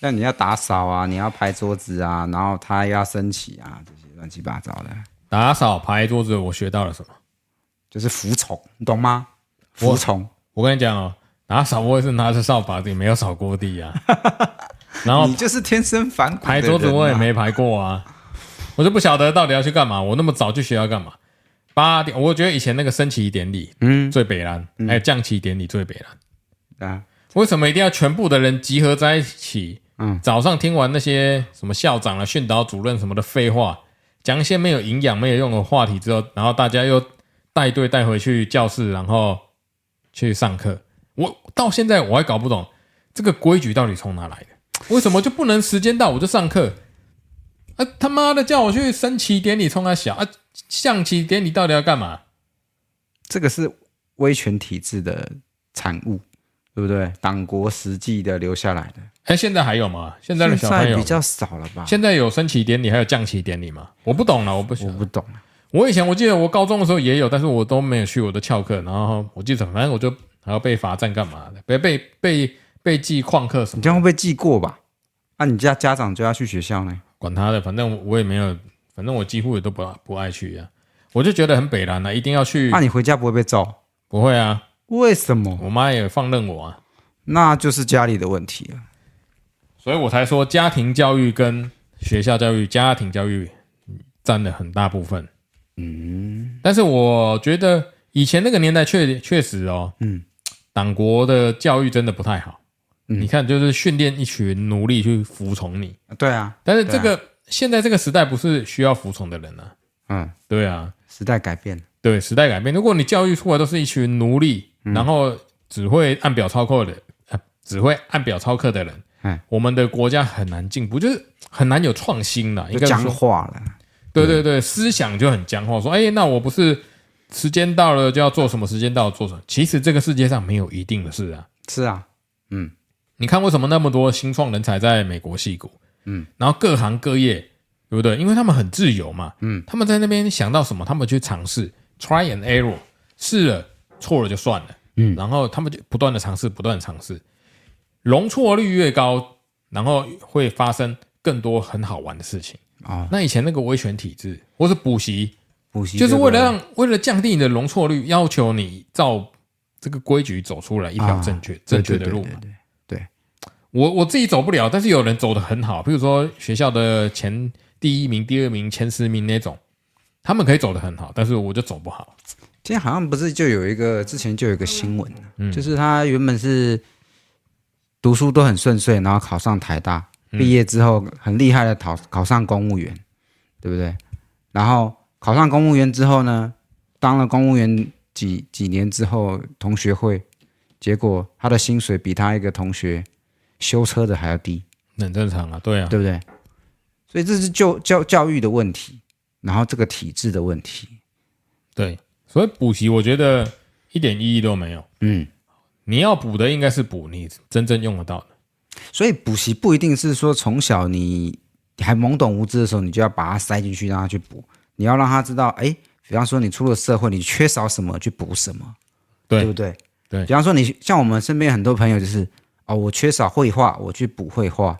B: 那你要打扫啊，你要拍桌子啊，然后他又要升旗啊，这些乱七八糟的，
A: 打扫、排桌子，我学到了什么？
B: 就是服从，你懂吗？
A: 我
B: 服从，
A: 我跟你讲哦，打扫我也是拿着扫把，也没有扫过地啊。然后
B: 你就是天生反骨的
A: 排哦桌子
B: 人啊
A: 我也没排过啊，我就不晓得到底要去干嘛。我那么早去学校干嘛？八点，我觉得以前那个升旗典礼，嗯，最北蓝，还有降旗典礼最北蓝，
B: 啊，
A: 为什么一定要全部的人集合在一起？
B: 嗯，
A: 早上听完那些什么校长啊、训导主任什么的废话，讲一些没有营养、没有用的话题之后，然后大家又带队带回去教室，然后去上课。我到现在我还搞不懂这个规矩到底从哪来的？为什么就不能时间到我就上课？啊他妈的叫我去升旗典礼冲他小啊！象棋典礼到底要干嘛？
B: 这个是威权体制的产物，对不对？党国实际的留下来的，
A: 哎，现在还有吗？现在的小
B: 现
A: 朋
B: 在
A: 友
B: 比较少了吧？
A: 现在有升旗典礼，还有降旗典礼吗？我不懂了，我不
B: 我
A: 晓得。
B: 不懂，啊
A: 我以前我记得我高中的时候也有，但是我都没有去，我都翘课。然后我记得反正我就还要被罚站干嘛的，被被被被记旷课什
B: 你
A: 么，
B: 这样会被记过吧？那、你家家长就要去学校呢？
A: 管他的，反正我也没有，反正我几乎也都不不爱去啊。我就觉得很北蓝啊，一定要去
B: 那、。你回家不会被揍？
A: 不会啊，
B: 为什么？
A: 我妈也放任我啊，
B: 那就是家里的问题了。
A: 所以我才说家庭教育跟学校教育，家庭教育嗯占了很大部分。
B: 嗯，
A: 但是我觉得以前那个年代确确实哦，
B: 嗯，
A: 党国的教育真的不太好。
B: 嗯
A: 你看，就是训练一群奴隶去服从你，
B: 对啊，
A: 但是这个、现在这个时代不是需要服从的人啊，
B: 嗯，
A: 对啊，
B: 时代改变了，
A: 对，时代改变。如果你教育出来都是一群奴隶，然后只会按表操课的，呃只会按表操课的人
B: 嗯，
A: 我们的国家很难进步，就是很难有创新了。应
B: 就
A: 该
B: 僵
A: 说，
B: 化了。
A: 对对对，思想就很僵化，说，哎，那我不是时间到了就要做什么，时间到了做什么。其实这个世界上没有一定的事啊。
B: 是啊，嗯，
A: 你看为什么那么多新创人才在美国戏谷？
B: 嗯，
A: 然后各行各业，对不对？因为他们很自由嘛，
B: 嗯，
A: 他们在那边想到什么，他们去尝试，try and error，试了错了就算了，
B: 嗯
A: 然后他们就不断的尝试，不断的尝试，容错率越高，然后会发生更多很好玩的事情。
B: 哦，
A: 那以前那个威权体制或是补习，
B: 补习
A: 就是为
B: 这
A: 了
B: 个
A: 让为了降低你的容错率，要求你照这个规矩走出来一条
B: 啊
A: 正确、
B: 对
A: 正确的
B: 对
A: 路嘛
B: 对。对对
A: 我我自己走不了，但是有人走得很好，比如说学校的前第一名、第二名、前十名那种，他们可以走得很好，但是我就走不好。
B: 今天好像不是就有一个，之前就有一个新闻、
A: 嗯
B: 就是他原本是读书都很顺遂，然后考上台大，毕业之后很厉害的考考上公务员，对不对？然后考上公务员之后呢，当了公务员几几年之后，同学会，结果他的薪水比他一个同学修车的还要低，
A: 很正常啊，对啊，
B: 对不对？所以这是教教教育的问题，然后这个体制的问题，
A: 对，所以补习我觉得一点意义都没有。
B: 嗯。
A: 你要补的应该是补你真正用得到的，
B: 所以补习不一定是说从小你还懵懂无知的时候，你就要把它塞进去让他去补，你要让他知道，哎，比方说你出了社会，你缺少什么去补什么，
A: 对
B: 不对？
A: 对
B: 比方说你像我们身边很多朋友就是，哦，我缺少绘画，我去补绘画。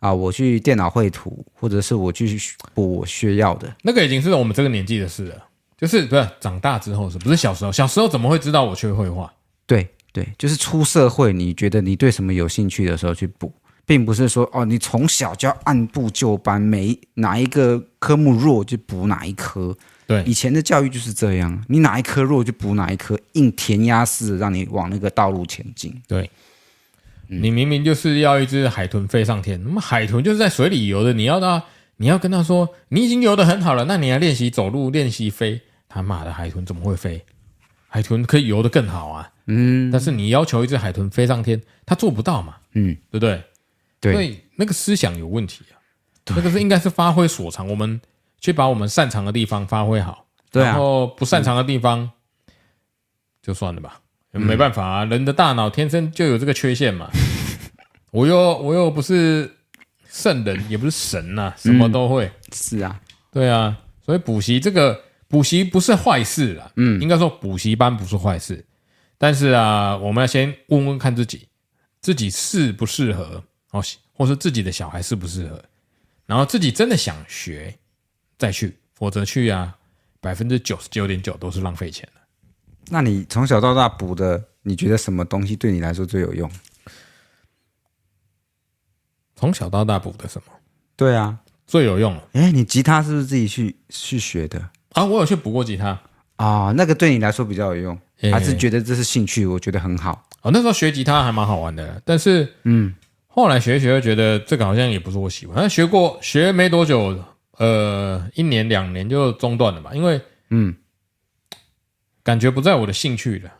B: 啊，我去电脑绘图，或者是我去补我需要的，
A: 那个已经是我们这个年纪的事了。就是不是长大之后是不是小时候？小时候怎么会知道我缺绘画？
B: 对对，就是出社会，你觉得你对什么有兴趣的时候去补，并不是说哦，你从小就要按部就班，每一哪一个科目弱就补哪一科，
A: 对
B: 以前的教育就是这样，你哪一科弱就补哪一科，硬填鸭式地让你往那个道路前进。嗯
A: 你明明就是要一只海豚飞上天，那么海豚就是在水里游的，你要它，你要跟它说你已经游得很好了，那你来练习走路，练习飞。他妈的，海豚怎么会飞？海豚可以游得更好啊，
B: 嗯
A: 但是你要求一只海豚飞上天，它做不到嘛，
B: 嗯，
A: 对不对？所
B: 对，
A: 以那个思想有问题啊，那个是应该是发挥所长，我们去把我们擅长的地方发挥好，
B: 对
A: 然
B: 啊，
A: 后不擅长的地方就算了吧，
B: 嗯
A: 没办法啊，人的大脑天生就有这个缺陷
B: *laughs*
A: 嘛。我又我又不是圣人，也不是神呐、什
B: 嗯
A: 么都会。
B: 是啊，
A: 对啊，所以补习这个补习不是坏事啦，嗯，应该说补习班不是坏事，但是啊，我们要先问问看自己，自己适不适合哦，或是自己的小孩适不适合，然后自己真的想学再去，否则去啊，百分之九十九点九都是浪费钱的。
B: 那你从小到大补的，你觉得什么东西对你来说最有用？
A: 从小到大补的什么
B: 对啊，
A: 最有用了
B: 哎，你吉他是不是自己去去学的
A: 啊？我有去补过吉他，
B: 啊、那个对你来说比较有用，
A: 诶
B: 还是觉得这是兴趣？我觉得很好。
A: 哦，那时候学吉他还蛮好玩的，但是嗯，后来学一学又觉得这个好像也不是我喜欢。但学过学没多久，呃，一年两年就中断了吧，因为
B: 嗯，
A: 感觉不在我的兴趣了。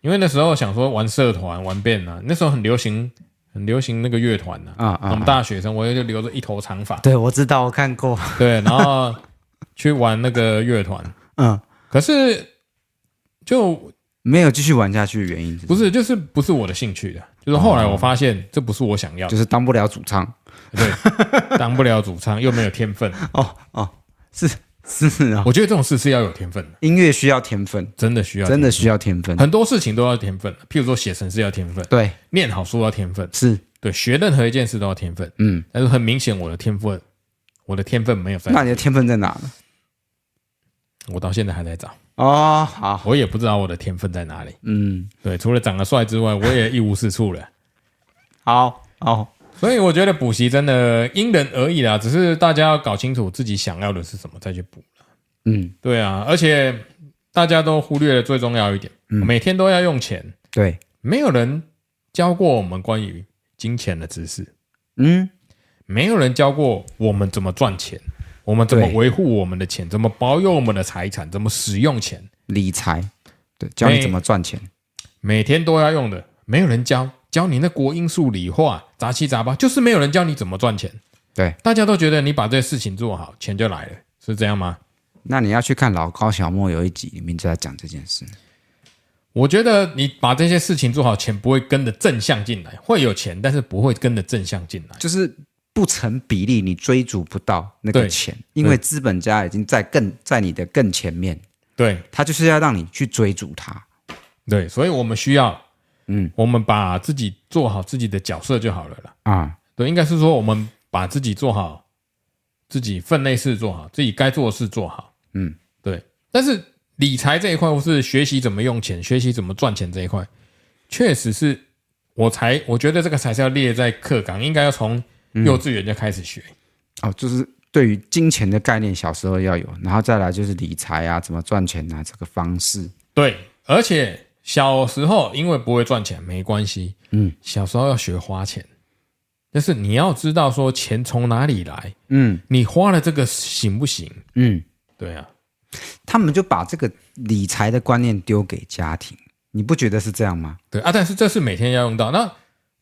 A: 因为那时候想说玩社团玩遍啊，那时候很流行很流行那个乐团啊。
B: 啊啊
A: 我们
B: 啊！
A: 大学生，我就留着一头长发，
B: 对，我知道，我看过。
A: 对，然后去玩那个乐团。
B: 嗯，
A: 可是就
B: 没有继续玩下去的原因
A: 不
B: 是
A: 是，就是不是我的兴趣的。就是后
B: 哦
A: 来我发现这不是我想要的 *laughs*
B: 就。是当不了主唱。
A: 对，当不了主唱又没有
B: *laughs*
A: 天分，
B: 哦哦，是是啊、
A: 我觉得这种事是要有天分的，
B: 音乐需要天分，
A: 真的需要
B: 真
A: 的
B: 的需要天分。
A: 很多事情都要天分，譬如说写程式要天分，
B: 对，
A: 念好书要天分，
B: 是
A: 对，学任何一件事都要天分。
B: 嗯，
A: 但是很明显，我的天分，我的天分没有在，
B: 那你的天分在哪呢？
A: 我到现在还在找，
B: 哦，好，
A: 我也不知道我的天分在哪里。
B: 嗯，
A: 对，除了长得帅之外，我也一无是处了。
B: 好，好，
A: 所以我觉得补习真的因人而异啦，只是大家要搞清楚自己想要的是什么再去补。
B: 嗯，
A: 对啊，而且大家都忽略了最重要一点，每天都要用钱。
B: 对，
A: 没有人教过我们关于金钱的知识，
B: 嗯，
A: 没有人教过我们怎么赚钱，我们怎么
B: 对
A: 维护我们的钱，怎么保有我们的财产，怎么使用钱，
B: 理财，对，教你
A: 没
B: 怎么赚钱。
A: 每天都要用的，没有人教。教你那国英数理化杂七杂八，就是没有人教你怎么赚钱。
B: 对，
A: 大家都觉得你把这事情做好，钱就来了，是这样吗？
B: 那你要去看老高小莫有一集里面就在讲这件事。
A: 我觉得你把这些事情做好，钱不会跟着正向进来，会有钱，但是不会跟着正向进来。
B: 就是不成比例，你追逐不到那个
A: 对
B: 钱，因为资本家已经在更在你的更前面，
A: 对
B: 他就是要让你去追逐他。
A: 对，所以我们需要
B: 嗯
A: 我们把自己做好自己的角色就好了啦。
B: 啊，
A: 对，应该是说我们把自己做好，自己分内事做好，自己该做的事做好。
B: 嗯，
A: 对。但是理财这一块，或是学习怎么用钱、学习怎么赚钱这一块，确实是我才我觉得这个才是要列在课纲，应该要从
B: 嗯
A: 幼稚园就开始学。
B: 哦，就是对于金钱的概念，小时候要有，然后再来就是理财啊，怎么赚钱啊，这个方式。
A: 对，而且小时候因为不会赚钱没关系，
B: 嗯，
A: 小时候要学花钱，就是你要知道说钱从哪里来。
B: 嗯
A: 你花了这个行不行？
B: 嗯，
A: 对啊，
B: 他们就把这个理财的观念丢给家庭，你不觉得是这样吗？
A: 对啊，但是这是每天要用到，那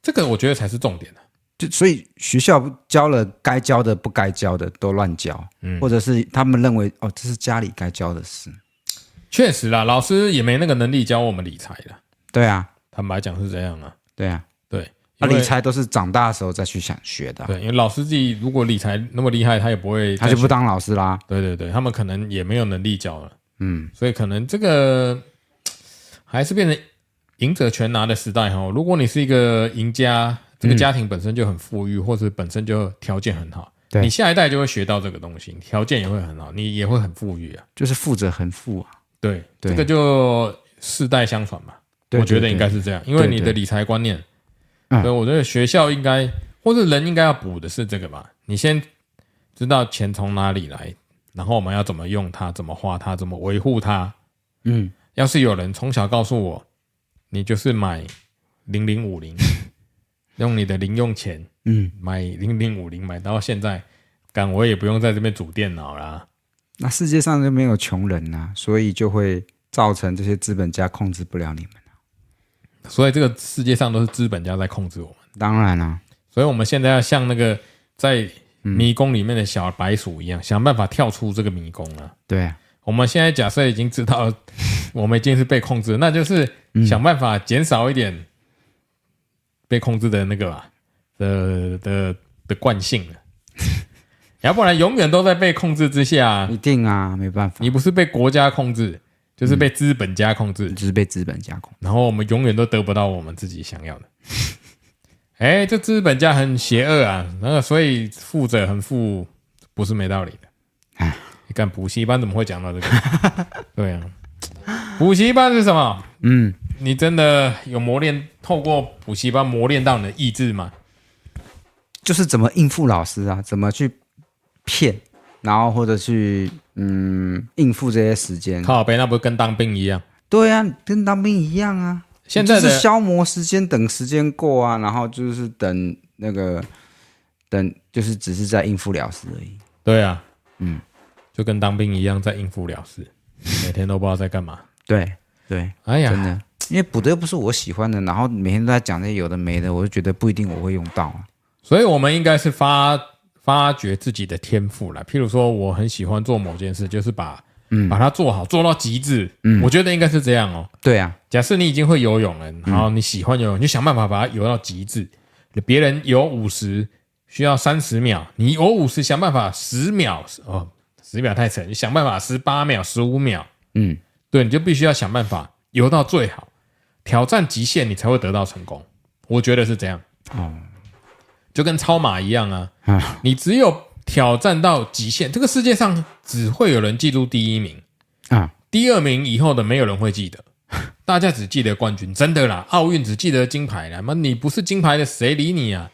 A: 这个我觉得才是重点啊
B: 就所以学校教了该教的不该教的都乱教，
A: 嗯
B: 或者是他们认为哦，这是家里该教的事。
A: 确实啦，老师也没那个能力教我们理财啦。
B: 对啊，
A: 坦白讲是这样啊，
B: 对啊，
A: 对，
B: 那、
A: 因为
B: 理财都是长大的时候再去想学的啊、
A: 对，因为老师自己如果理财那么厉害，他也不会
B: 他
A: 再
B: 就
A: 去，
B: 不当老师啦。
A: 对对对，他们可能也没有能力教了，
B: 嗯，
A: 所以可能这个还是变成赢者全拿的时代哈。如果你是一个赢家，
B: 嗯
A: 这个家庭本身就很富裕，或者本身就条件很好，
B: 对
A: 你下一代就会学到这个东西，条件也会很好，你也会很富裕啊。
B: 就是富者恒富啊。
A: 对，
B: 对
A: 这个就世代相传嘛，
B: 对
A: 我觉得应该
B: 对
A: 是这样，因为你
B: 对
A: 的理财观念，
B: 嗯
A: 所以我觉得学校应该或者人应该要补的是这个吧，你先知道钱从哪里来，然后我们要怎么用它，怎么花它，怎么维护它。
B: 嗯，
A: 要是有人从小告诉我，你就是买零零五零， *laughs* 用你的零用钱
B: 嗯，
A: 买零零五零，买到现在，干我也不用在这边组电脑啦。
B: 那世界上就没有穷人呐、所以就会造成这些资本家控制不了你们。
A: 所以这个世界上都是资本家在控制我们，
B: 当然啊啦、
A: 所以我们现在要像那个在迷宫里面的小白鼠一样，想办法跳出这个迷宫啊。
B: 对啊，
A: 我们现在假设已经知道我们已经是被控制，那就是想办法减少一点被控制的那个吧的的的惯性了，要不然永远都在被控制之下
B: 一。定啊，没办法，
A: 你不是被国家控制，就是被资本家控制，
B: 就是被资本家控。
A: 然后我们永远都得不到我们自己想要的。 *laughs* 哎，这资本家很邪恶啊，那个所以富者很富不是没道理的。
B: 哎
A: 你看补习班怎么会讲到这个？ *laughs* 对啊，补习班是什么？
B: 嗯，
A: 你真的有磨练，透过补习班磨练到你的意志吗？
B: 就是怎么应付老师啊，怎么去骗，然后或者去嗯应付这些时间。
A: 靠背，那不是跟当兵一样？
B: 对啊，跟当兵一样啊。
A: 现在
B: 就
A: 的
B: 是消磨时间，等时间过啊，然后就是等那个等，就是只是在应付了事而已。
A: 对啊，
B: 嗯，
A: 就跟当兵一样，在应付了事，每天都不知道在干嘛。
B: 对对，
A: 哎呀，
B: 真的，因为补的又不是我喜欢的，然后每天都在讲那些有的没的，我就觉得不一定我会用到啊。
A: 所以我们应该是发发掘自己的天赋啦。譬如说，我很喜欢做某件事，就是把、把它做好，做到极致。我觉得应该是这样哦。
B: 对啊，
A: 假设你已经会游泳了，
B: 嗯
A: 然后你喜欢游泳，你就想办法把它游到极致。别人游五十需要三十秒，你游五十想办法十秒哦，十秒太沉，你想办法十八秒、十五秒，
B: 嗯，
A: 对，你就必须要想办法游到最好，挑战极限，你才会得到成功。我觉得是这样，
B: 哦，
A: 就跟超马一样啊，
B: 啊，
A: 你只有挑战到极限，这个世界上只会有人记住第一名，
B: 啊，
A: 第二名以后的没有人会记
B: *laughs*
A: 得，大家只记得冠军，真的啦。奥运只记得金牌啦，那你不是金牌的谁理你啊？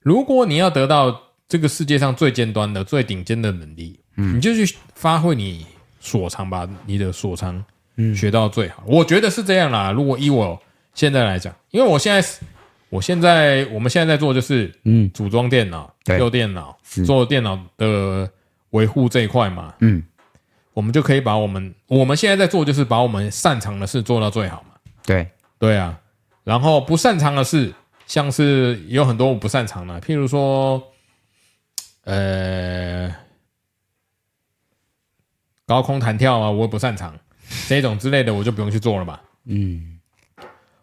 A: 如果你要得到这个世界上最尖端的、最顶尖的能力，
B: 嗯
A: 你就去发挥你所长吧，你的所长，
B: 嗯
A: 学到最好。我觉得是这样啦。如果依我现在来讲，因为我现在是，我现在我们现在在做就是，
B: 嗯
A: 组装电脑、
B: 对
A: 修电脑、做电脑的维护这一块嘛，
B: 嗯，
A: 我们就可以把我们我们现在在做，就是把我们擅长的事做到最好嘛。
B: 对，
A: 对啊，然后不擅长的事，像是有很多我不擅长的，譬如说，呃，高空弹跳啊，我也不擅长，这种之类的我就不用去做了嘛。
B: 嗯，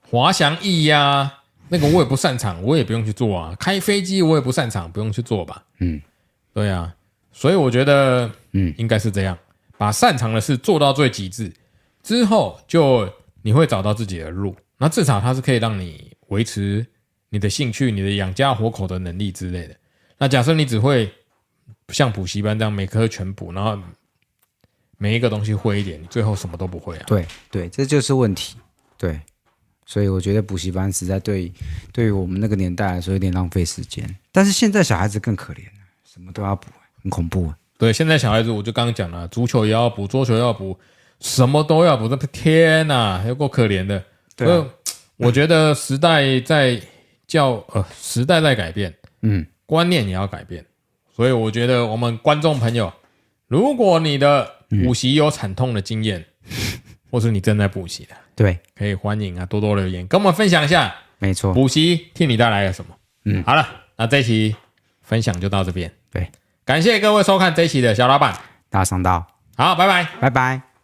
A: 滑翔翼呀、那个我也不擅长，我也不用去做啊。开飞机我也不擅长，不用去做吧。
B: 嗯，
A: 对啊，所以我觉得，
B: 嗯，
A: 应该是这样，把擅长的事做到最极致之后，就你会找到自己的路。那至少它是可以让你维持你的兴趣、你的养家活口的能力之类的。那假设你只会像补习班这样每科全补，然后每一个东西会一点，你最后什么都不会啊。
B: 对对，这就是问题。对，所以我觉得补习班实在对对于我们那个年代来说有点浪费时间，但是现在小孩子更可怜了，什么都要补，很恐怖啊。
A: 对，现在小孩子我就刚刚讲了，足球也要补，桌球也要补，什么都要补。这天呐，有够可怜的。
B: 对啊
A: 所以我觉得时代在教呃，时代在改变，
B: 嗯，
A: 观念也要改变。所以我觉得我们观众朋友，如果你的
B: 嗯
A: 补习有惨痛的经验，或是你正在补习的，
B: 对，
A: 可以欢迎啊多多留言，跟我们分享一下
B: 没错。
A: 补习替你带来了什么。
B: 嗯，
A: 好了，那这一期分享就到这边，
B: 对，
A: 感谢各位收看这一期的小老板，
B: 大家上道，
A: 好，拜拜。
B: 拜拜。